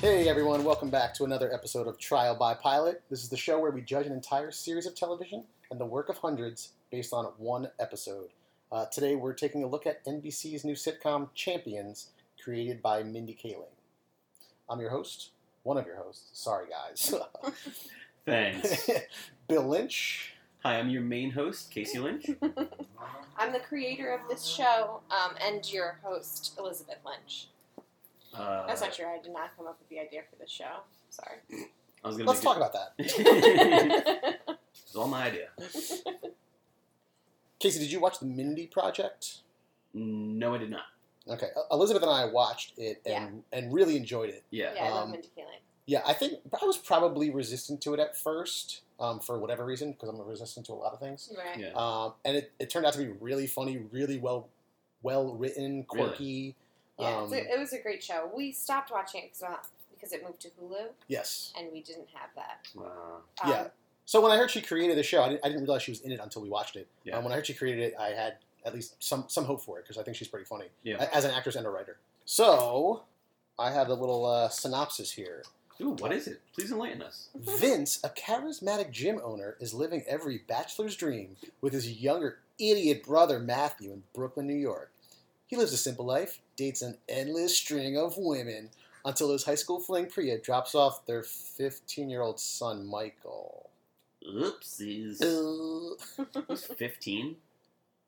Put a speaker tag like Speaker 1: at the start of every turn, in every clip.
Speaker 1: Hey everyone, welcome back to another episode of Trial by Pilot. This is the show where we judge an entire series of television and the work of hundreds based on one episode. Uh, today we're taking a look at NBC's new sitcom Champions, created by Mindy Kaling. I'm your host, one of your hosts, sorry guys,
Speaker 2: Thanks.
Speaker 1: Bill Lynch.
Speaker 2: Hi, I'm your main host, Casey Lynch.
Speaker 3: I'm the creator of this show um, and your host, Elizabeth Lynch.
Speaker 2: Uh,
Speaker 3: That's not true. I did not come up with the idea for this show. Sorry.
Speaker 2: I was gonna
Speaker 1: Let's
Speaker 2: make
Speaker 1: talk about that.
Speaker 2: it. it's all my idea.
Speaker 1: Casey, did you watch the Mindy Project?
Speaker 2: No, I did not.
Speaker 1: Okay, E- Elizabeth and I watched it and, and really enjoyed it.
Speaker 2: Yeah.
Speaker 3: yeah, I love
Speaker 1: um,
Speaker 3: Mindy Kaling.
Speaker 1: Yeah, I think I was probably resistant to it at first um, for whatever reason because I'm resistant to a lot of things.
Speaker 3: Right.
Speaker 2: Yeah.
Speaker 1: Um, and it, it turned out to be really funny, really well well written, quirky.
Speaker 3: Yeah,
Speaker 1: Um,
Speaker 3: so it was a great show. We stopped watching it 'cause, uh, because it moved to Hulu,
Speaker 1: Yes.
Speaker 3: and we didn't have that. Um,
Speaker 2: Wow.
Speaker 1: Yeah. So when I heard she created the show, I didn't, I didn't realize she was in it until we watched it.
Speaker 2: Yeah.
Speaker 1: Um, when I heard she created it, I had at least some some hope for it because I think she's pretty funny
Speaker 2: Yeah.
Speaker 1: a- as an actress and a writer. So I have a little uh, synopsis here.
Speaker 2: Ooh, what is it? Please enlighten us.
Speaker 1: Vince, a charismatic gym owner, is living every bachelor's dream with his younger idiot brother Matthew in Brooklyn, New York. He lives a simple life, dates an endless string of women until his high school fling Priya drops off their 15 year old son Michael.
Speaker 2: Oopsies.
Speaker 1: Uh,
Speaker 2: He's 15.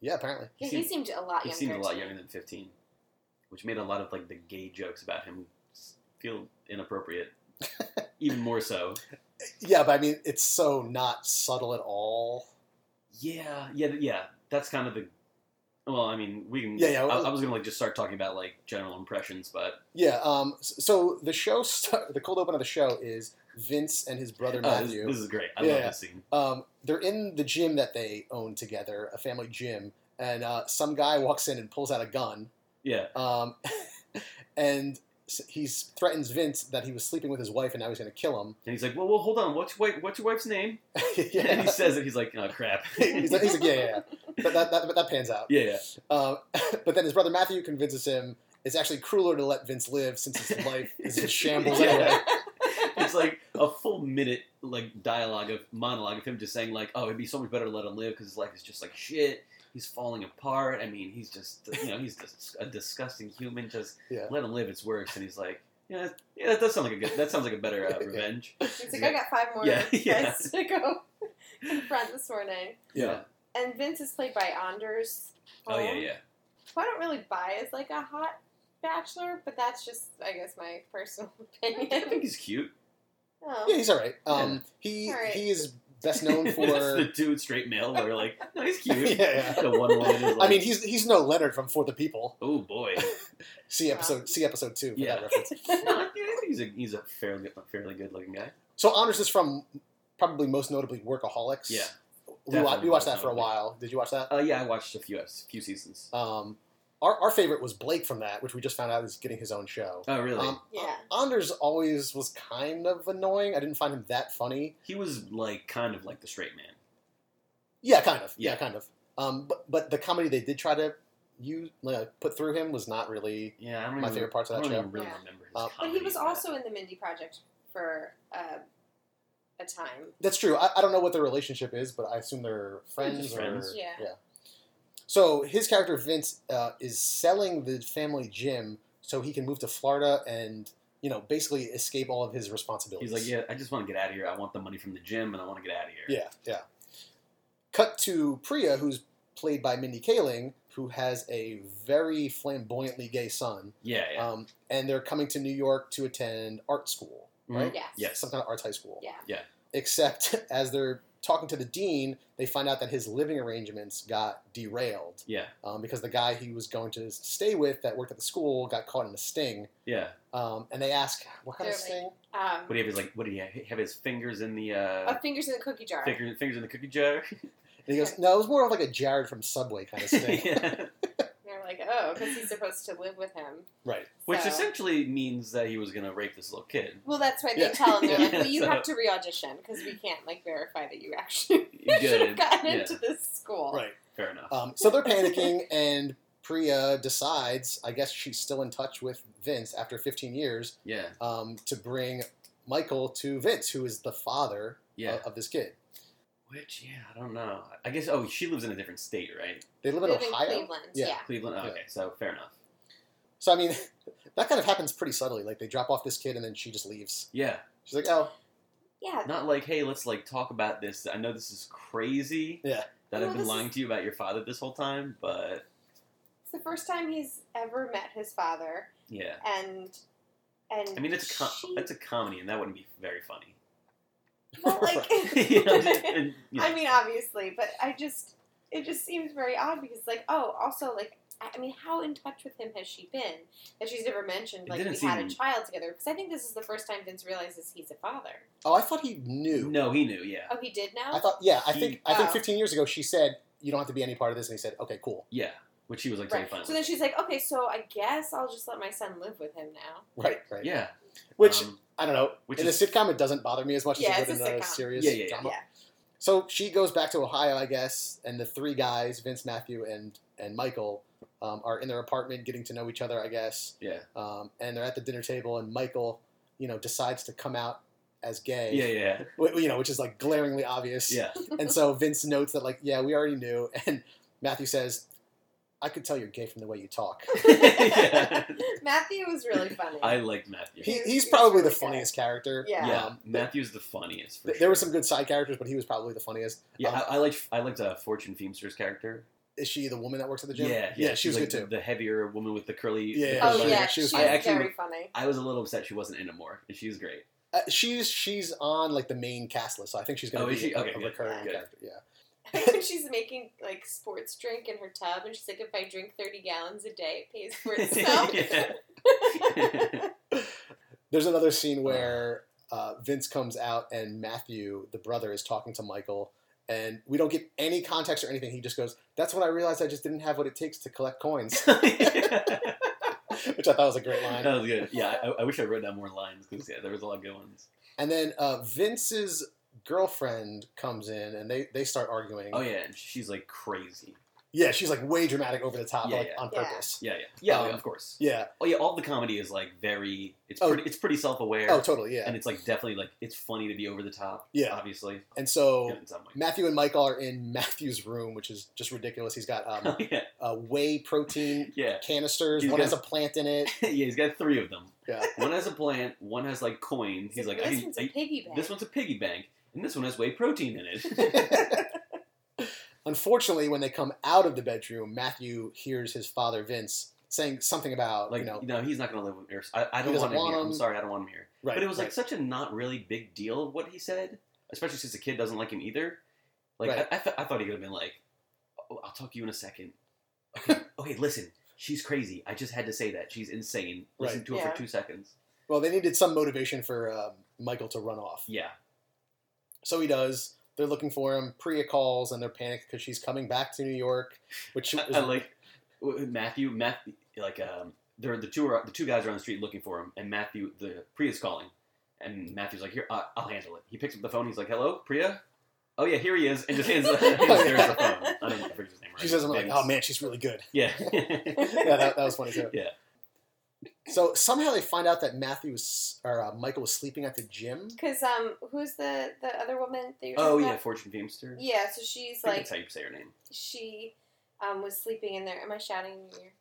Speaker 1: yeah, apparently.
Speaker 3: Yeah,
Speaker 2: He
Speaker 3: he
Speaker 2: seemed-
Speaker 3: seemed a lot
Speaker 2: He
Speaker 3: younger.
Speaker 2: seemed a lot
Speaker 3: to me.
Speaker 2: younger than 15, which made a lot of like the gay jokes about him s- feel inappropriate. Even more so.
Speaker 1: Yeah, but I mean, it's so not subtle at all.
Speaker 2: Yeah, yeah, th- yeah. That's kind of the. Well, I mean, we can.
Speaker 1: Yeah, yeah.
Speaker 2: I, I was gonna like just start talking about like general impressions, but
Speaker 1: Yeah, um, s- so the show, sta- the cold open of the show is Vince and his brother
Speaker 2: oh, this,
Speaker 1: Matthew.
Speaker 2: this is great. I
Speaker 1: Yeah,
Speaker 2: love
Speaker 1: yeah.
Speaker 2: this scene.
Speaker 1: um, they're in the gym that they own together, a family gym, and uh, some guy walks in and pulls out a gun,
Speaker 2: Yeah,
Speaker 1: um, and s- he s- threatens Vince that he was sleeping with his wife and now he's going to kill him.
Speaker 2: and he's like, "Well, well, hold on. What's your wife? What's your wife's name?" And he
Speaker 1: yeah.
Speaker 2: says it. He's like, "Oh crap."
Speaker 1: he's, like, he's like, yeah, yeah, yeah. But that, that, but that pans out.
Speaker 2: yeah, yeah.
Speaker 1: Um, but then his brother Matthew convinces him it's actually crueler to let Vince live since his life is in shambles
Speaker 2: Yeah.
Speaker 1: anyway.
Speaker 2: It's like a full minute like dialogue of monologue of him just saying like, "Oh, it'd be so much better to let him live because his life is just like shit. He's falling apart. I mean, he's just you know he's just a disgusting human. Just
Speaker 1: Yeah.
Speaker 2: let him live. It's worse." And he's like. Yeah, yeah, that does sound like a good. That sounds like a better uh,
Speaker 1: Yeah.
Speaker 2: revenge.
Speaker 3: He's like, I got five more
Speaker 2: Yeah,
Speaker 3: guys
Speaker 2: yeah.
Speaker 3: to go confront this morning.
Speaker 1: Yeah.
Speaker 3: And Vince is played by Anders.
Speaker 2: Oh yeah,
Speaker 3: Holm.
Speaker 2: yeah.
Speaker 3: who I don't really buy as like a hot bachelor, but that's just I guess my personal
Speaker 2: I think
Speaker 3: opinion.
Speaker 2: he's cute.
Speaker 3: Oh.
Speaker 1: Yeah, he's all right. Um, He
Speaker 3: All right.
Speaker 1: he is best known
Speaker 2: That's
Speaker 1: for.
Speaker 2: the dude straight male. Where we're like, no, he's cute.
Speaker 1: Yeah, yeah.
Speaker 2: The one woman is
Speaker 1: I
Speaker 2: like,
Speaker 1: mean, he's he's no Leonard from For the People.
Speaker 2: oh boy.
Speaker 1: See episode see episode two for
Speaker 2: Yeah.
Speaker 1: that reference.
Speaker 2: No, I think he's a he's a fairly fairly good looking guy.
Speaker 1: So Anders is from probably most notably Workaholics.
Speaker 2: Yeah.
Speaker 1: we, wa- we
Speaker 2: definitely
Speaker 1: watched
Speaker 2: most
Speaker 1: that for a
Speaker 2: notably.
Speaker 1: while. Did you watch that?
Speaker 2: Uh, yeah, I watched a few a few seasons.
Speaker 1: Um, our our favorite was Blake from that, which we just found out is getting his own show.
Speaker 2: Oh really?
Speaker 1: Um,
Speaker 3: Yeah.
Speaker 1: Anders always was kind of annoying. I didn't find him that funny.
Speaker 2: he was like kind of like the straight man.
Speaker 1: Yeah, kind of. Yeah,
Speaker 2: Yeah.
Speaker 1: kind of. Um, but but the comedy they did try to use like, put through him was not really.
Speaker 2: Yeah, I don't
Speaker 1: My
Speaker 2: even-
Speaker 1: favorite parts of
Speaker 2: Hmm. I
Speaker 1: that
Speaker 2: don't
Speaker 1: show.
Speaker 2: even really
Speaker 3: Yeah.
Speaker 2: remember his
Speaker 1: Uh,
Speaker 3: But he
Speaker 2: comedy
Speaker 3: was
Speaker 2: in that.
Speaker 3: also in the Mindy Project for uh, a time.
Speaker 1: That's true. I, I don't know what their relationship is, but I assume they're friends.
Speaker 2: just
Speaker 1: or-
Speaker 2: friends.
Speaker 3: Yeah.
Speaker 1: So his character Vince uh, is selling the family gym so he can move to Florida and you know basically escape all of his responsibilities.
Speaker 2: He's like, yeah, I just want to get out of here. I want the money from the gym, and I want to get out of here.
Speaker 1: yeah, yeah. Cut to Priya, who's played by Mindy Kaling, who has a very flamboyantly gay son,
Speaker 2: yeah, yeah.
Speaker 1: um, and they're coming to New York to attend art school,
Speaker 2: Mhm.
Speaker 1: right?
Speaker 3: Yes.
Speaker 2: Yes.
Speaker 1: Some kind of arts high school.
Speaker 3: Yeah.
Speaker 2: Yeah.
Speaker 1: Except as they're talking to the dean, they find out that his living arrangements got derailed.
Speaker 2: yeah,
Speaker 1: um, because the guy he was going to stay with that worked at the school got caught in a sting.
Speaker 2: yeah.
Speaker 1: Um, and they ask, what kind of
Speaker 3: Clearly.
Speaker 1: sting?
Speaker 3: Um,
Speaker 2: What do you have his like? What do you have his fingers in the
Speaker 3: uh,
Speaker 2: uh,
Speaker 3: fingers in the cookie jar.
Speaker 2: finger, fingers in the cookie jar?
Speaker 1: And he goes, no, it was more of like a Jared from Subway kind of sting.
Speaker 2: yeah.
Speaker 3: And they're like, oh, because he's supposed to live with him.
Speaker 1: Right.
Speaker 2: Which
Speaker 3: So-
Speaker 2: essentially means that he was going to rape this little kid.
Speaker 3: Well, that's why they
Speaker 1: Yeah.
Speaker 3: tell him. They're like, well, you
Speaker 2: So-
Speaker 3: have to re-audition because we can't like verify that you actually should
Speaker 2: Good.
Speaker 3: have gotten
Speaker 2: Yeah.
Speaker 3: into this school.
Speaker 1: Right.
Speaker 2: Uh, Fair enough.
Speaker 1: Um, so they're panicking and Priya decides, I guess she's still in touch with Vince after 15 years,
Speaker 2: Yeah,
Speaker 1: um, to bring Michael to Vince, who is the father
Speaker 2: yeah.
Speaker 1: of, of this kid.
Speaker 2: uh, Which, yeah, I don't know. I guess. Oh, she lives in a different state, right?
Speaker 1: They live in
Speaker 3: Live in
Speaker 1: Ohio.
Speaker 3: Cleveland.
Speaker 1: Yeah.
Speaker 3: Yeah.
Speaker 2: Cleveland. Oh,
Speaker 1: Yeah.
Speaker 2: okay, so fair enough.
Speaker 1: So, I mean, that kind of happens pretty subtly. Like, they drop off this kid and then she just leaves.
Speaker 2: Yeah,
Speaker 1: She's like, oh,
Speaker 3: Yeah.
Speaker 2: not like, hey, let's like talk about this. I know this is crazy.
Speaker 1: Yeah.
Speaker 2: That
Speaker 3: No,
Speaker 2: I've
Speaker 3: this
Speaker 2: been lying
Speaker 3: is-
Speaker 2: to you about your father this whole time, but
Speaker 3: It's the first time he's ever met his father,
Speaker 2: yeah.
Speaker 3: and and
Speaker 2: I mean, it's a com-
Speaker 3: she-
Speaker 2: it's a comedy, and that wouldn't be very funny.
Speaker 3: well, like
Speaker 2: You know, just- and, you know,
Speaker 3: I mean, obviously, but I just it just seems very odd because, like, oh, also, like, I I mean, how in touch with him has she been that she's never mentioned
Speaker 2: It
Speaker 3: like we
Speaker 2: didn't
Speaker 3: had a
Speaker 2: seem-
Speaker 3: child together? Because I think this is the first time Vince realizes he's a father.
Speaker 1: oh, I thought he knew.
Speaker 2: no, he knew. Yeah,
Speaker 3: Oh, he did know.
Speaker 1: I thought, yeah, I
Speaker 2: He-
Speaker 1: think I think
Speaker 3: Oh.
Speaker 1: 15 years ago she said, you don't have to be any part of this. And he said, okay, cool.
Speaker 2: yeah. Which he was like,
Speaker 3: right.
Speaker 2: totally fine
Speaker 3: So
Speaker 2: with.
Speaker 3: then she's like, okay, so I guess I'll just let my son live with him now.
Speaker 1: Right, right.
Speaker 2: yeah.
Speaker 1: Which,
Speaker 2: um,
Speaker 1: I don't know.
Speaker 2: which
Speaker 1: in
Speaker 2: is
Speaker 1: a sitcom, it doesn't bother me as much
Speaker 3: Yeah,
Speaker 1: as it would
Speaker 3: it's
Speaker 1: in
Speaker 3: a
Speaker 1: a
Speaker 3: sitcom.
Speaker 1: serious
Speaker 2: Yeah, yeah, yeah.
Speaker 1: drama.
Speaker 3: Yeah.
Speaker 1: So she goes back to Ohio, I guess, and the three guys, Vince, Matthew, and and Michael, um, are in their apartment getting to know each other, I guess.
Speaker 2: yeah,
Speaker 1: Um, and they're at the dinner table, and Michael, you know, decides to come out as gay.
Speaker 2: yeah, yeah,
Speaker 1: wh- You know, which is like glaringly obvious.
Speaker 2: yeah.
Speaker 1: And so Vince notes that, like, yeah, we already knew. And Matthew says, I could tell you're gay from the way you talk.
Speaker 2: Yeah.
Speaker 3: Matthew was really funny.
Speaker 2: I liked Matthew.
Speaker 1: He,
Speaker 3: He
Speaker 1: he's
Speaker 3: was
Speaker 1: probably the
Speaker 3: really good.
Speaker 1: funniest character.
Speaker 3: Yeah.
Speaker 2: yeah,
Speaker 1: Um,
Speaker 2: Matthew's the funniest. For
Speaker 1: th-
Speaker 2: sure.
Speaker 1: There were some good side characters, but he was probably the funniest.
Speaker 2: Yeah,
Speaker 1: um,
Speaker 2: I, I liked I liked uh, Fortune Feamster's character.
Speaker 1: Is she the woman that works at the gym?
Speaker 2: Yeah,
Speaker 1: yeah, she
Speaker 2: she's
Speaker 1: was
Speaker 2: like
Speaker 1: good too.
Speaker 2: The, the heavier woman with the curly.
Speaker 1: Yeah,
Speaker 2: the
Speaker 1: yeah,
Speaker 2: curly
Speaker 3: oh
Speaker 2: hair.
Speaker 1: she-
Speaker 3: yeah,
Speaker 1: she
Speaker 3: she
Speaker 1: was
Speaker 3: was,
Speaker 2: funny. I actually-
Speaker 3: very funny.
Speaker 2: I was a little upset she wasn't in it more. She's great.
Speaker 1: Uh, she's she's on like the main cast list, so I think she's going
Speaker 2: Oh,
Speaker 1: to
Speaker 2: is
Speaker 1: be
Speaker 2: she?
Speaker 1: a,
Speaker 2: Okay,
Speaker 1: a
Speaker 2: good,
Speaker 1: recurring
Speaker 2: good.
Speaker 1: character. Yeah,
Speaker 3: when she's making like sports drink in her tub, and she's like, "If I drink thirty gallons a day, it pays for itself."
Speaker 2: Yeah.
Speaker 1: there's another scene where uh, Vince comes out and Matthew, the brother, is talking to Michael, and we don't get any context or anything. He just goes, "That's when I realized I just didn't have what it takes to collect coins,"
Speaker 2: that
Speaker 1: which I thought was a great line.
Speaker 2: was good. Yeah, I, I wish I wrote down more lines because yeah, there was a lot of good ones.
Speaker 1: And then uh, Vince's girlfriend comes in, and they they start arguing.
Speaker 2: Oh yeah, and she's like crazy.
Speaker 1: Yeah, she's like way dramatic, over the top,
Speaker 2: Yeah,
Speaker 1: like
Speaker 2: yeah.
Speaker 1: on
Speaker 3: Yeah.
Speaker 1: purpose.
Speaker 2: Yeah, yeah, yeah.
Speaker 1: Um,
Speaker 2: of course.
Speaker 1: Yeah.
Speaker 2: Oh yeah, all the comedy is like very. It's
Speaker 1: Oh.
Speaker 2: pretty. It's pretty self-aware.
Speaker 1: Oh, totally. Yeah.
Speaker 2: And uh, it's like definitely like it's funny to be over the top.
Speaker 1: Yeah.
Speaker 2: obviously.
Speaker 1: And so
Speaker 2: in some way.
Speaker 1: Matthew and Michael are in Matthew's room, which is just ridiculous. He's got um,
Speaker 2: Oh, yeah,
Speaker 1: uh, whey protein
Speaker 2: yeah,
Speaker 1: canisters.
Speaker 2: He's
Speaker 1: one
Speaker 2: got-
Speaker 1: has a plant in it.
Speaker 2: yeah. He's got three of them.
Speaker 1: Yeah.
Speaker 2: One has a plant. One has like coins. He's like, I
Speaker 3: "This
Speaker 2: can-
Speaker 3: one's
Speaker 2: I-
Speaker 3: a piggy bank."
Speaker 2: This one's a piggy bank, and this one has whey protein in it.
Speaker 1: Unfortunately, when they come out of the bedroom, Matthew hears his father Vince saying something about
Speaker 2: like,
Speaker 1: you know
Speaker 2: no, he's not going to live with me. I, I
Speaker 1: He
Speaker 2: don't
Speaker 1: doesn't
Speaker 2: want him
Speaker 1: want
Speaker 2: here.
Speaker 1: him.
Speaker 2: I'm sorry, I don't want him here.
Speaker 1: right.
Speaker 2: but it was
Speaker 1: right.
Speaker 2: like such a not really big deal what he said, especially since the kid doesn't like him either. Like,
Speaker 1: Right.
Speaker 2: I, I, th- I thought he could have been like, oh, I'll talk to you in a second. Okay, okay, listen, she's crazy. I just had to say that. She's insane. Listen
Speaker 1: Right.
Speaker 2: to her
Speaker 3: Yeah.
Speaker 2: for two seconds.
Speaker 1: well, they needed some motivation for um, Michael to run off.
Speaker 2: Yeah.
Speaker 1: So he does. They're looking for him. Priya calls and they're panicked because she's coming back to New York, which
Speaker 2: I, I like w- Matthew. Matthew, like um, they're the two are the two guys are on the street looking for him, and Matthew the Priya's calling, and Matthew's like, "Here, I I'll handle it." He picks up the phone. He's like, "Hello, Priya." Oh yeah, here he is, and just hands the, hands Sarah the phone. I don't know if his name right.
Speaker 1: she says, "I'm like,
Speaker 2: Vince.
Speaker 1: oh man, she's really good."
Speaker 2: Yeah,
Speaker 1: yeah, that, that was funny too.
Speaker 2: Yeah.
Speaker 1: So somehow they find out that Matthew was or uh, Michael was sleeping at the gym.
Speaker 3: Because um, who's the the other woman that you're
Speaker 2: oh
Speaker 3: talking
Speaker 2: yeah,
Speaker 3: about?
Speaker 2: Fortune Feimster.
Speaker 3: yeah. So she's
Speaker 2: I think
Speaker 3: like
Speaker 2: that's how you say her name.
Speaker 3: she um was sleeping in there. Am I shouting in your ear?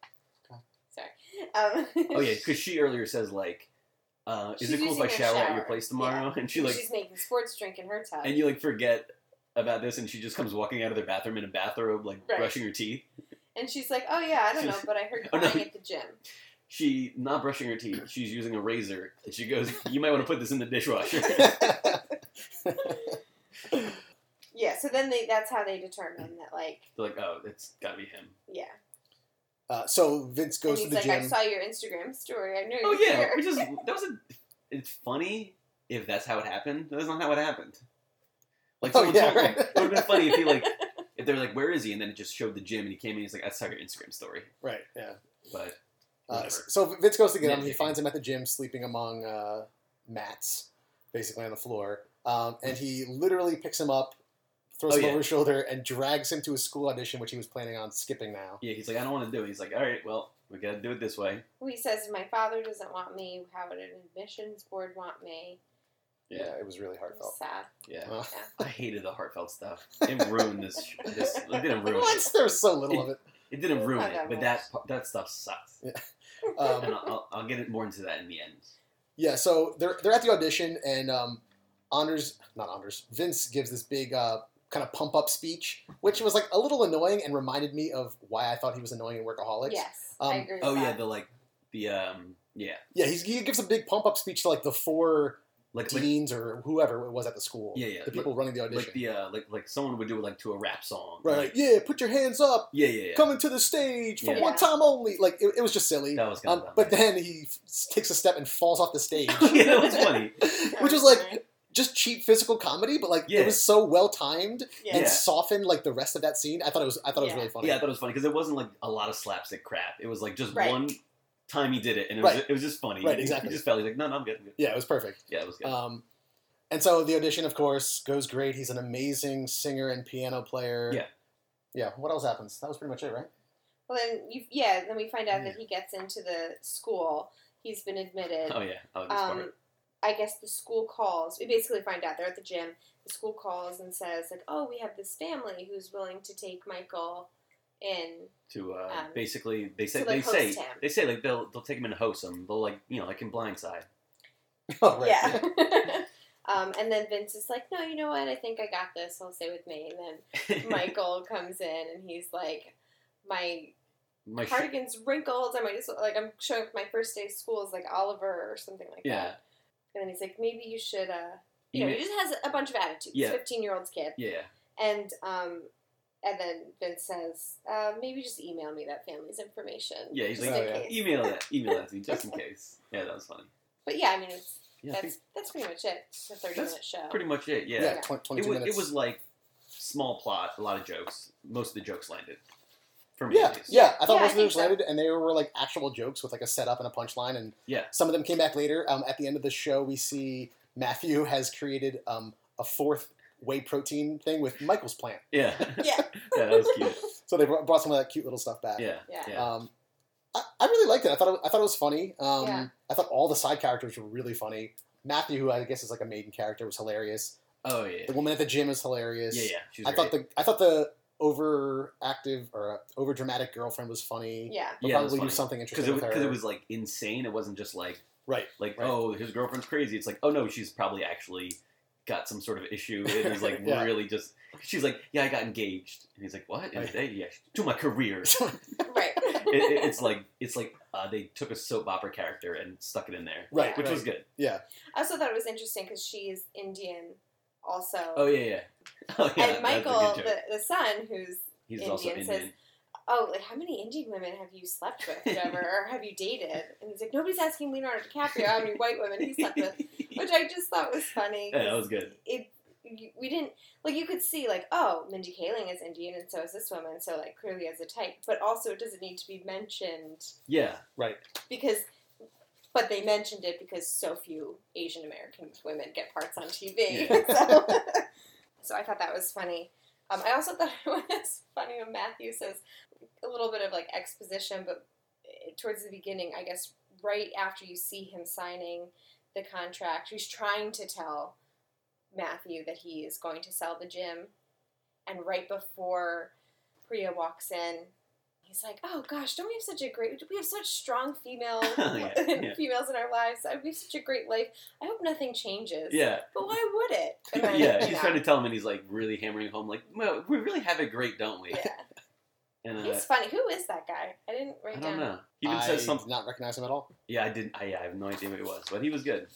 Speaker 1: Okay.
Speaker 3: Sorry. Um,
Speaker 2: Oh yeah, because she earlier says like, uh, "Is
Speaker 3: She's
Speaker 2: it cool if
Speaker 3: using
Speaker 2: I
Speaker 3: her
Speaker 2: shower, at your
Speaker 3: shower.
Speaker 2: place tomorrow?" And she like,
Speaker 3: she's making sports drink in her tub.
Speaker 2: and you like forget about this, and she just comes walking out of their bathroom in a bathrobe, like
Speaker 3: Right.
Speaker 2: brushing her teeth.
Speaker 3: And she's like, "Oh yeah, I don't know, but I heard
Speaker 2: Oh,
Speaker 3: crying
Speaker 2: no.
Speaker 3: at the gym."
Speaker 2: she not brushing her teeth. She's using a razor. And she goes, "You might want to put this in the dishwasher."
Speaker 1: yeah,
Speaker 3: Yeah. So then they that's how they determine that like
Speaker 2: They're like, "Oh, it's got to be him."
Speaker 3: yeah.
Speaker 1: Uh, so Vince goes to
Speaker 3: and
Speaker 1: the
Speaker 3: he's like, "I
Speaker 1: gym.
Speaker 3: saw your Instagram story. I knew
Speaker 2: Oh
Speaker 3: you were
Speaker 2: yeah,
Speaker 3: here."
Speaker 2: which is that was a. It's funny if that's how it happened. That's not how it happened. Like
Speaker 1: Oh,
Speaker 2: someone
Speaker 1: yeah,
Speaker 2: told
Speaker 1: right.
Speaker 2: him. It would have been funny if he like if they were like, "Where is he?" And then it just showed the gym, and he came in. He's like, "I saw your Instagram story,"
Speaker 1: Right. Yeah.
Speaker 2: but
Speaker 1: Uh,
Speaker 2: whatever.
Speaker 1: so Vince goes to get him. He
Speaker 2: Nitpicking.
Speaker 1: finds him at the gym sleeping among uh, mats, basically on the floor, um, and he literally picks him up, throws
Speaker 2: Oh,
Speaker 1: him
Speaker 2: yeah.
Speaker 1: over his shoulder, and drags him to his school audition, which he was planning on skipping now.
Speaker 2: Yeah, he's like, I don't want to do it. He's like, all right, well, we got to do it this way.
Speaker 3: Well, he says, "My father doesn't want me. How would an admissions board want me?"
Speaker 1: Yeah,
Speaker 2: Yeah.
Speaker 1: it was really
Speaker 3: It was
Speaker 1: heartfelt.
Speaker 3: Sad.
Speaker 2: Yeah.
Speaker 1: Uh,
Speaker 3: Yeah.
Speaker 2: I hated the heartfelt stuff. It ruined this. sh- this it didn't ruin
Speaker 1: what?
Speaker 2: it.
Speaker 1: There's so little of it.
Speaker 2: It didn't ruin
Speaker 3: Not
Speaker 2: it,
Speaker 3: that
Speaker 2: but
Speaker 3: much.
Speaker 2: that pa- that stuff sucks.
Speaker 1: Um,
Speaker 2: And I'll, I'll, I'll get it more into that in the end.
Speaker 1: Yeah, so they're they're at the audition, and um, Anders, not Anders, Vince gives this big uh, kind of pump up speech, which was like a little annoying and reminded me of why I thought he was annoying in Workaholics.
Speaker 3: yes, I
Speaker 1: um,
Speaker 3: agree. With
Speaker 2: Oh
Speaker 3: that.
Speaker 2: yeah, the like the um yeah
Speaker 1: yeah, he's, he gives a big pump up speech to like the four
Speaker 2: like like,
Speaker 1: deans or whoever it was at the school.
Speaker 2: Yeah, yeah.
Speaker 1: the people running the audition.
Speaker 2: like the uh like like someone would do like to a rap song.
Speaker 1: right,
Speaker 2: Like,
Speaker 1: like, yeah, put your hands up,
Speaker 2: yeah yeah yeah.
Speaker 1: coming to the stage for
Speaker 2: Yeah.
Speaker 1: one time only. Like it, it was just silly.
Speaker 2: That was kind
Speaker 1: Um,
Speaker 2: of
Speaker 1: but then he f- takes a step and falls off the stage.
Speaker 2: yeah, that was funny.
Speaker 1: which was like just cheap physical comedy, but like
Speaker 2: Yeah.
Speaker 1: it was so well timed
Speaker 3: yeah.
Speaker 1: and
Speaker 2: Yeah.
Speaker 1: softened like the rest of that scene. I thought it was I thought it was
Speaker 3: Yeah.
Speaker 1: really funny.
Speaker 2: Yeah, I thought it was funny because it wasn't like a lot of slapstick crap. It was like just
Speaker 3: Right.
Speaker 2: one time he did it, and it was
Speaker 1: Right.
Speaker 2: it was just funny.
Speaker 1: Right,
Speaker 2: You-
Speaker 1: exactly.
Speaker 2: You just felt like no, no, I'm good. I'm good.
Speaker 1: Yeah, it was perfect.
Speaker 2: Yeah, it was good.
Speaker 1: Um, and so the audition, of course, goes great. He's an amazing singer and piano player.
Speaker 2: Yeah.
Speaker 1: Yeah. What else happens? That was pretty much it, right?
Speaker 3: Well, then you yeah. Then we find out that he gets into the school. He's been admitted.
Speaker 2: oh yeah, oh, this
Speaker 3: um,
Speaker 2: part.
Speaker 3: I guess the school calls. We basically find out they're at the gym. The school calls and says like, "Oh, we have this family who's willing to take Michael in."
Speaker 2: To uh,
Speaker 3: um,
Speaker 2: basically, they say
Speaker 3: to, like,
Speaker 2: they say
Speaker 3: host him.
Speaker 2: they say like they'll they'll take him and host him. They'll like you know like in Blindside.
Speaker 1: oh, right.
Speaker 3: Yeah. um, and then Vince is like, "No, you know what? I think I got this. He'll stay with me." And then Michael comes in and he's like, "My
Speaker 2: My sh-
Speaker 3: cardigan's wrinkled. I might just like I'm showing up for my first day of school is like Oliver or something like
Speaker 2: yeah
Speaker 3: that." And then he's like, "Maybe you should." uh
Speaker 2: You
Speaker 3: you know,
Speaker 2: may-
Speaker 3: he just has a bunch of attitudes.
Speaker 2: Yeah.
Speaker 3: Fifteen-year-old kid.
Speaker 2: yeah
Speaker 3: And um, and then Vince says, uh, maybe just email me that family's information.
Speaker 2: yeah. He's
Speaker 3: just
Speaker 2: like
Speaker 1: Oh,
Speaker 3: in
Speaker 1: yeah.
Speaker 3: case."
Speaker 2: email that email that to me just in case. Yeah, that was funny.
Speaker 3: But yeah, I mean, it's,
Speaker 2: Yeah, I think
Speaker 3: that's that's pretty much it. It's a
Speaker 2: That's
Speaker 3: thirty-minute show.
Speaker 2: pretty much it. Yeah,
Speaker 1: Yeah.
Speaker 3: Yeah.
Speaker 1: twen-
Speaker 2: it
Speaker 1: Twenty-two
Speaker 2: was
Speaker 1: minutes.
Speaker 2: it was like small plot, a lot of jokes. Most of the jokes landed for me.
Speaker 1: Yeah,
Speaker 2: at least.
Speaker 1: yeah. I thought most
Speaker 3: Yeah, I
Speaker 1: of them
Speaker 3: think
Speaker 1: was
Speaker 3: so.
Speaker 1: landed, and they were like actual jokes with like a setup and a punchline, and
Speaker 2: Yeah.
Speaker 1: some of them came back later. Um, at the end of the show, we see Matthew has created um, a fourth whey protein thing with Michael's plant,
Speaker 2: yeah,
Speaker 3: Yeah.
Speaker 2: yeah. That was cute.
Speaker 1: so they brought brought some of that cute little stuff back.
Speaker 2: Yeah,
Speaker 3: Yeah.
Speaker 2: yeah.
Speaker 1: Um, I, I really liked it. I thought it, I thought it was funny. Um,
Speaker 3: Yeah.
Speaker 1: I thought all the side characters were really funny. Matthew, who I guess is like a maiden character, was hilarious.
Speaker 2: Oh yeah,
Speaker 1: The woman at the gym is hilarious.
Speaker 2: yeah, yeah. She was
Speaker 1: I thought
Speaker 2: great.
Speaker 1: the I thought the overactive or uh, overdramatic girlfriend was funny.
Speaker 3: Yeah.
Speaker 1: They'll
Speaker 2: Yeah, it
Speaker 1: probably
Speaker 2: was
Speaker 1: do
Speaker 2: funny.
Speaker 1: something
Speaker 2: because
Speaker 1: interesting
Speaker 2: it
Speaker 1: with her.
Speaker 2: because it was like insane. It wasn't just like
Speaker 1: right.
Speaker 2: like
Speaker 1: Right.
Speaker 2: oh his girlfriend's crazy. It's like oh no, she's probably actually got some sort of issue. It was like
Speaker 1: Yeah.
Speaker 2: really just she's like yeah, I got engaged, and he's like what? And
Speaker 1: Right.
Speaker 2: they, yeah, to my career.
Speaker 3: Right.
Speaker 2: it, it- it's like it's like uh, they took a soap opera character and stuck it in there,
Speaker 1: Right,
Speaker 2: which
Speaker 1: right.
Speaker 2: was good.
Speaker 1: yeah.
Speaker 3: I also thought it was interesting because she is Indian, also.
Speaker 2: Oh yeah, yeah. Oh, yeah
Speaker 3: and
Speaker 2: that's a good
Speaker 3: Michael,
Speaker 2: joke.
Speaker 3: the, the son, who's
Speaker 2: he's also
Speaker 3: Indian
Speaker 2: Indian.
Speaker 3: says- oh, like how many Indian women have you slept with, whatever, or have you dated? And he's like, nobody's asking Leonardo DiCaprio how many white women he slept with, which I just thought was funny.
Speaker 2: yeah, that was good.
Speaker 3: it you- we didn't like you could see like oh Mindy Kaling is Indian and so is this woman so like clearly as a type but also it doesn't need to be mentioned
Speaker 2: Yeah,
Speaker 1: Right.
Speaker 3: because but they mentioned it because so few Asian American women get parts on TV so, so I thought that was funny um, I also thought it was funny when Matthew says a little bit of like exposition but eh, towards the beginning I guess right after you see him signing the contract he's trying to tell Matthew that he is going to sell the gym. And right before Priya walks in, he's like, "Oh gosh, don't we have such a great? We have such strong female
Speaker 2: Yeah, yeah.
Speaker 3: females in our lives. We have such a great life. I hope nothing changes.
Speaker 2: yeah.
Speaker 3: but why would it? And then-
Speaker 2: yeah, he's trying to tell him, and he's like really hammering home, like, "Well, we really have it great, don't we?"
Speaker 3: Yeah,
Speaker 2: And uh,
Speaker 3: he's funny. Who is that guy? I didn't write
Speaker 2: I
Speaker 3: down.
Speaker 2: don't know. He even says
Speaker 1: I
Speaker 2: something.
Speaker 1: did not recognize him at all.
Speaker 2: Yeah, I didn't. I, I have no idea who he was, but he was good.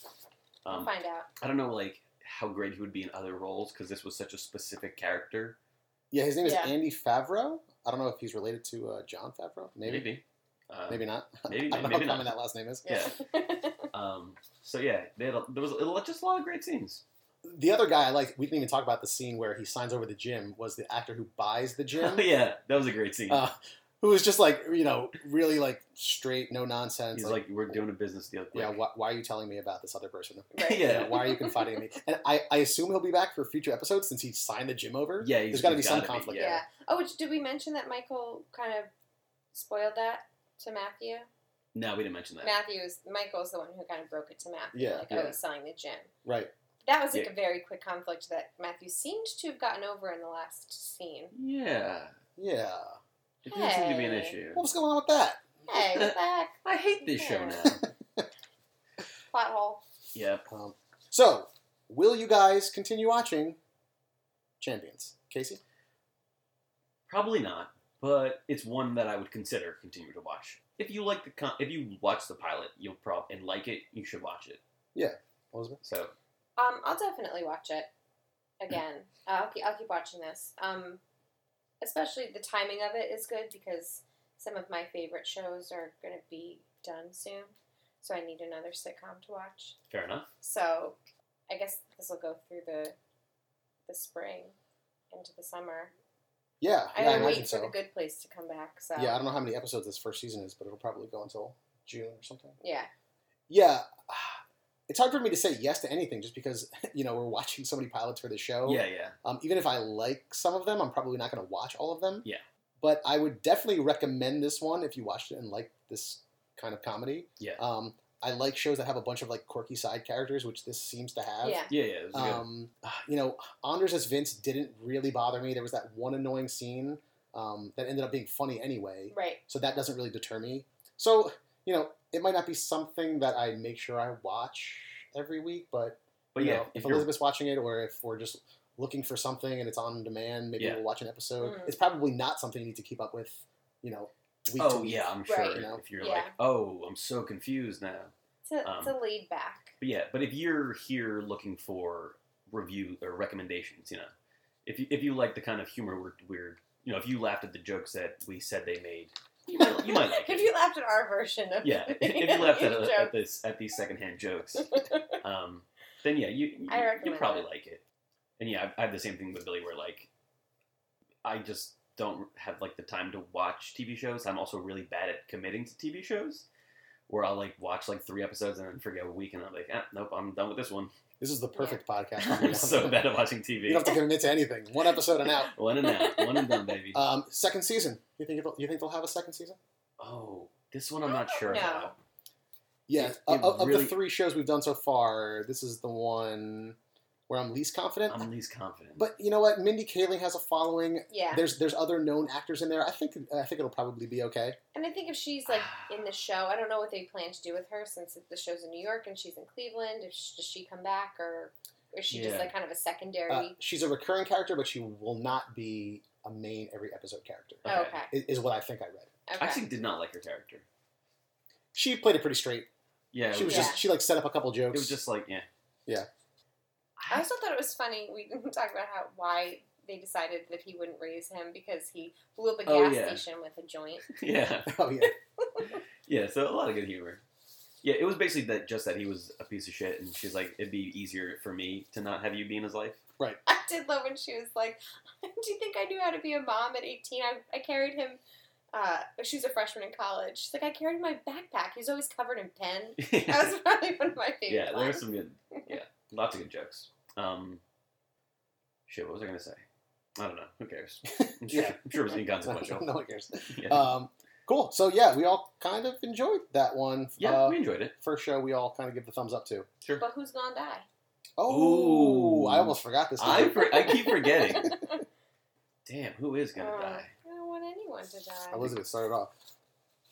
Speaker 3: We'll
Speaker 2: Um,
Speaker 3: find out.
Speaker 2: I don't know, like how great he would be in other roles because this was such a specific character.
Speaker 1: Yeah, his name is
Speaker 3: Yeah.
Speaker 1: Andy Favreau. I don't know if he's related to uh, John Favreau. Maybe. Maybe,
Speaker 2: Maybe. Uh,
Speaker 1: not.
Speaker 2: Maybe.
Speaker 1: I don't know
Speaker 2: Maybe
Speaker 1: how common
Speaker 2: not.
Speaker 1: that last name is.
Speaker 2: Yeah. Um, so yeah, they had a, there was a, just a lot of great scenes.
Speaker 1: The other guy I like, we didn't even talk about the scene where he signs over the gym, was the actor who buys the
Speaker 2: Oh
Speaker 1: gym.
Speaker 2: yeah, that was a great scene.
Speaker 1: Uh, who was just like you know really like straight, no nonsense.
Speaker 2: He's like, we're doing a business deal. Quick.
Speaker 1: yeah, why, why are you telling me about this other person?
Speaker 3: Right.
Speaker 1: You know,
Speaker 2: yeah,
Speaker 1: why are you confiding in me? And I, I assume he'll be back for future episodes since he signed the gym over.
Speaker 2: yeah.
Speaker 1: There's
Speaker 2: he's-
Speaker 1: gotta
Speaker 2: he's
Speaker 1: be some conflict
Speaker 3: Yeah.
Speaker 2: Yeah.
Speaker 3: Oh, which, did we mention that Michael kind of spoiled that to Matthew?
Speaker 2: No, we didn't mention that.
Speaker 3: Matthew is Michael's the one who kind of broke it to Matthew.
Speaker 1: Yeah,
Speaker 3: like,
Speaker 2: yeah.
Speaker 3: oh, he's selling the gym.
Speaker 1: Right.
Speaker 3: That was like
Speaker 2: Yeah.
Speaker 3: a very quick conflict that Matthew seemed to have gotten over in the last scene.
Speaker 2: Yeah,
Speaker 1: Yeah.
Speaker 2: it doesn't seem to be an
Speaker 3: Hey.
Speaker 2: issue.
Speaker 1: What was going on with that?
Speaker 3: Hey, we're back
Speaker 2: I hate this show
Speaker 3: Yeah.
Speaker 2: now.
Speaker 3: plot hole.
Speaker 2: yep.
Speaker 1: Um, so, will you guys continue watching Champions? Casey?
Speaker 2: Probably not, but it's one that I would consider continue to watch. If you like the con- if you watch the pilot, you'll probably and like it, you should watch it.
Speaker 1: Elizabeth?
Speaker 2: So
Speaker 3: Um, I'll definitely watch it again. Uh, I'll, keep, I'll keep watching this. Um, especially the timing of it is good because some of my favorite shows are going to be done soon, so I need another sitcom to watch.
Speaker 2: fair enough.
Speaker 3: So I guess this will go through the the spring into the summer.
Speaker 1: Yeah.
Speaker 3: I
Speaker 1: yeah,
Speaker 3: gotta
Speaker 1: imagine
Speaker 3: wait for the good place to come back. So
Speaker 1: Yeah, I don't know how many episodes this first season is, but it'll probably go until June or something.
Speaker 3: yeah,
Speaker 1: Yeah. It's hard for me to say yes to anything just because, you know, we're watching so many pilots for the show.
Speaker 2: Yeah, yeah.
Speaker 1: Um, even if I like some of them, I'm probably not going to watch all of them.
Speaker 2: Yeah.
Speaker 1: But I would definitely recommend this one if you watched it and liked this kind of comedy.
Speaker 2: Yeah.
Speaker 1: Um, I like shows that have a bunch of like quirky side characters, which this seems to have.
Speaker 3: yeah.
Speaker 2: Yeah, yeah. It was good.
Speaker 1: Um, you know, Anders as Vince didn't really bother me. There was that one annoying scene um, that ended up being funny anyway,
Speaker 3: Right.
Speaker 1: so that doesn't really deter me. So you know, it might not be something that I make sure I watch every week, but
Speaker 2: but
Speaker 1: you
Speaker 2: yeah,
Speaker 1: know, if
Speaker 2: if you're
Speaker 1: Elizabeth's watching it or if we're just looking for something and it's on demand, maybe
Speaker 2: Yeah.
Speaker 1: we'll watch an episode.
Speaker 3: Mm.
Speaker 1: It's probably not something you need to keep up with, you know, week to
Speaker 2: oh
Speaker 1: week.
Speaker 2: yeah, I'm sure.
Speaker 3: Right.
Speaker 1: You know?
Speaker 2: If you're
Speaker 3: Yeah.
Speaker 2: like, oh, I'm so confused now.
Speaker 3: It's a, it's
Speaker 2: Um,
Speaker 3: a lead back.
Speaker 2: But yeah, but if you're here looking for review or recommendations, you know, if you, if you like the kind of humor we're, we're you know, if you laughed at the jokes that we said they made, you might, you might like it.
Speaker 3: if you laughed at our version of
Speaker 2: yeah, if you laughed at,
Speaker 3: joke.
Speaker 2: at this at these secondhand jokes, um, then yeah, you you
Speaker 3: I recommend
Speaker 2: you'll probably
Speaker 3: it.
Speaker 2: like it. And yeah, I, I have the same thing with Billy, where like I just don't have like the time to watch TV shows. I'm also really bad at committing to TV shows, where I'll like watch like three episodes and then forget a week, and I'm like, ah, nope, I'm done with this one.
Speaker 1: This is the perfect podcast.
Speaker 2: I'm so bad at watching TV.
Speaker 1: You don't have to commit to anything. One episode and out.
Speaker 2: One and out, one and done, baby.
Speaker 1: Um, second season. You think it'll, you think they'll have a second season?
Speaker 2: oh, this one I'm not sure
Speaker 3: No.
Speaker 2: about.
Speaker 1: Yeah.
Speaker 2: It-
Speaker 1: of,
Speaker 2: it
Speaker 1: of- of
Speaker 2: really-
Speaker 1: the three shows we've done so far, this is the one where I'm least confident.
Speaker 2: I'm least confident.
Speaker 1: but you know what? Mindy Kaling has a following.
Speaker 3: yeah.
Speaker 1: There's there's other known actors in there. I think I think it'll probably be okay.
Speaker 3: And I think if she's like in the show, I don't know what they plan to do with her since the show's in New York and she's in Cleveland. If she, does she come back or, or is she just
Speaker 2: Yeah.
Speaker 3: like kind of a secondary?
Speaker 1: Uh, she's a recurring character, but she will not be a main every episode character.
Speaker 2: okay.
Speaker 3: Oh, okay.
Speaker 1: i- Is what I think I read.
Speaker 3: Okay.
Speaker 2: I actually did not like her character.
Speaker 1: She played it pretty straight.
Speaker 2: Yeah,
Speaker 1: She was
Speaker 3: Yeah.
Speaker 1: just she like set up a couple jokes.
Speaker 2: It was just like, yeah.
Speaker 1: Yeah.
Speaker 3: I also thought it was funny. We talked about how why they decided that he wouldn't raise him because he blew up a gas
Speaker 2: Oh, yeah.
Speaker 3: station with a joint.
Speaker 2: yeah.
Speaker 1: oh yeah,
Speaker 2: Yeah, so a lot of good humor. Yeah, it was basically that just that he was a piece of shit and she's like, it'd be easier for me to not have you be in his life.
Speaker 3: I did love when she was like, "Do you think I knew how to be a mom at 18? I, I carried him." Uh, she was a freshman in college. She's like, "I carried my backpack. He was always covered in pen." That was probably one of my favorite.
Speaker 2: yeah, there were
Speaker 3: lines.
Speaker 2: some good yeah. Lots of good jokes. Um shit, what was I gonna say? I don't know. Who cares? I'm sure,
Speaker 1: Yeah.
Speaker 2: I'm sure it was
Speaker 1: no,
Speaker 2: inconsequential.
Speaker 1: one cares.
Speaker 2: Yeah,
Speaker 1: Um, cool. So yeah, we all kind of enjoyed that one.
Speaker 2: yeah
Speaker 1: Uh,
Speaker 2: we enjoyed it.
Speaker 1: first show we all kind of give the thumbs up to.
Speaker 2: Sure.
Speaker 3: But who's gonna die?
Speaker 1: Oh,
Speaker 2: Ooh.
Speaker 1: I almost forgot this.
Speaker 2: I,
Speaker 1: one.
Speaker 2: for, I keep forgetting. Damn, who is gonna
Speaker 3: Oh,
Speaker 2: die?
Speaker 3: I don't want anyone to die.
Speaker 1: Elizabeth started off.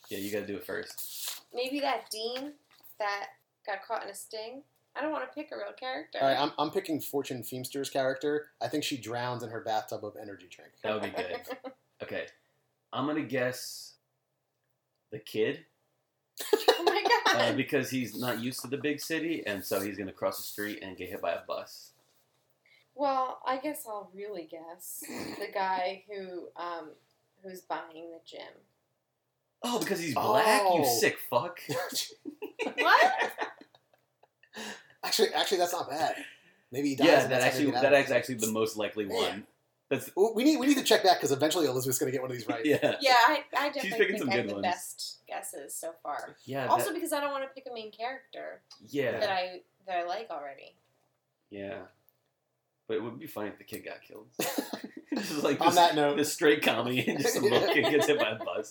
Speaker 2: Yeah, you gotta do it first.
Speaker 3: Maybe that dean that got caught in a sting. I don't want to pick a real character.
Speaker 1: All right, I'm, I'm picking Fortune Feemster's character. I think she drowns in her bathtub of energy drink.
Speaker 2: That would be good. Okay. I'm gonna guess the kid.
Speaker 3: oh my god.
Speaker 2: uh, because he's not used to the big city, and so he's gonna cross the street and get hit by a bus.
Speaker 3: well, I guess I'll really guess the guy who um who's buying the gym.
Speaker 2: Oh, because he's black, you
Speaker 1: Oh.
Speaker 2: sick fuck.
Speaker 3: What?
Speaker 1: actually, actually, that's not bad. Maybe he dies.
Speaker 2: yeah,
Speaker 1: and
Speaker 2: that
Speaker 1: that's how they
Speaker 2: actually
Speaker 1: get out
Speaker 2: that
Speaker 1: of it.
Speaker 2: is actually the most likely one. That's
Speaker 1: Well, We need we need to check back because eventually Elizabeth's going to get one of these right.
Speaker 2: yeah,
Speaker 3: Yeah, I, I definitely
Speaker 2: picking
Speaker 3: think
Speaker 2: some
Speaker 3: I have
Speaker 2: good
Speaker 3: the
Speaker 2: ones.
Speaker 3: best guesses so far.
Speaker 2: yeah,
Speaker 3: also
Speaker 2: that-
Speaker 3: because I don't want to pick a main character that
Speaker 2: yeah,
Speaker 3: I that I like already.
Speaker 2: yeah. But it would be funny if the kid got killed. This is like
Speaker 1: On
Speaker 2: this,
Speaker 1: that note,
Speaker 2: this straight comedy, and just a little kid gets hit by a bus.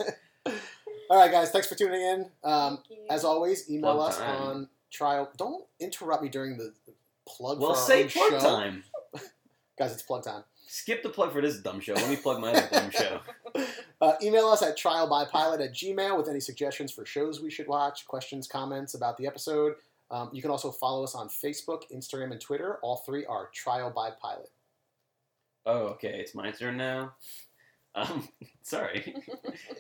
Speaker 1: all right, guys, thanks for tuning in. Um,
Speaker 3: Thank you.
Speaker 1: as always, email
Speaker 2: Plug
Speaker 1: us
Speaker 2: time.
Speaker 1: on trial. Don't interrupt me during the plug.
Speaker 2: Well,
Speaker 1: for our
Speaker 2: say
Speaker 1: own
Speaker 2: plug
Speaker 1: show.
Speaker 2: time.
Speaker 1: guys. It's plug time.
Speaker 2: Skip the plug for this dumb show. Let me plug my other dumb show.
Speaker 1: Uh, email us at trialbypilot at gmail with any suggestions for shows we should watch, questions, comments about the episode. Um, you can also follow us on Facebook, Instagram, and Twitter. All three are Trial by Pilot.
Speaker 2: Oh, okay. It's my turn now. Um, sorry.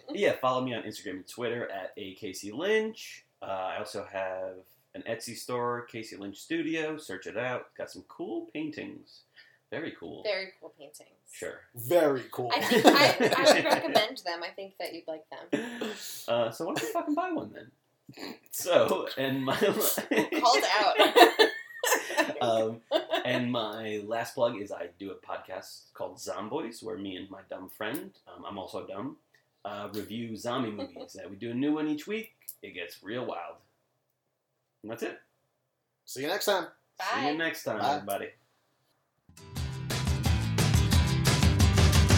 Speaker 2: yeah, follow me on Instagram and Twitter at AKC Lynch. Uh, I also have an Etsy store, Casey Lynch Studio. Search it out. Got some cool paintings. Very cool.
Speaker 3: Very cool paintings.
Speaker 2: Sure.
Speaker 1: Very cool.
Speaker 3: I think I, I would recommend them. I think that you'd like them.
Speaker 2: Uh, so why don't you fucking buy one then? So and my
Speaker 3: Called out.
Speaker 2: um, and my last plug is I do a podcast called Zomboys, where me and my dumb friend, um, I'm also dumb, uh, review zombie movies. Uh, we do a new one each week. It gets real wild. And that's it.
Speaker 1: See you next time.
Speaker 2: See
Speaker 3: Bye.
Speaker 2: you next time,
Speaker 1: Bye.
Speaker 2: everybody.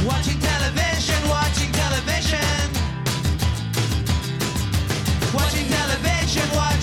Speaker 4: Watching television, watching television. Watching television, watching.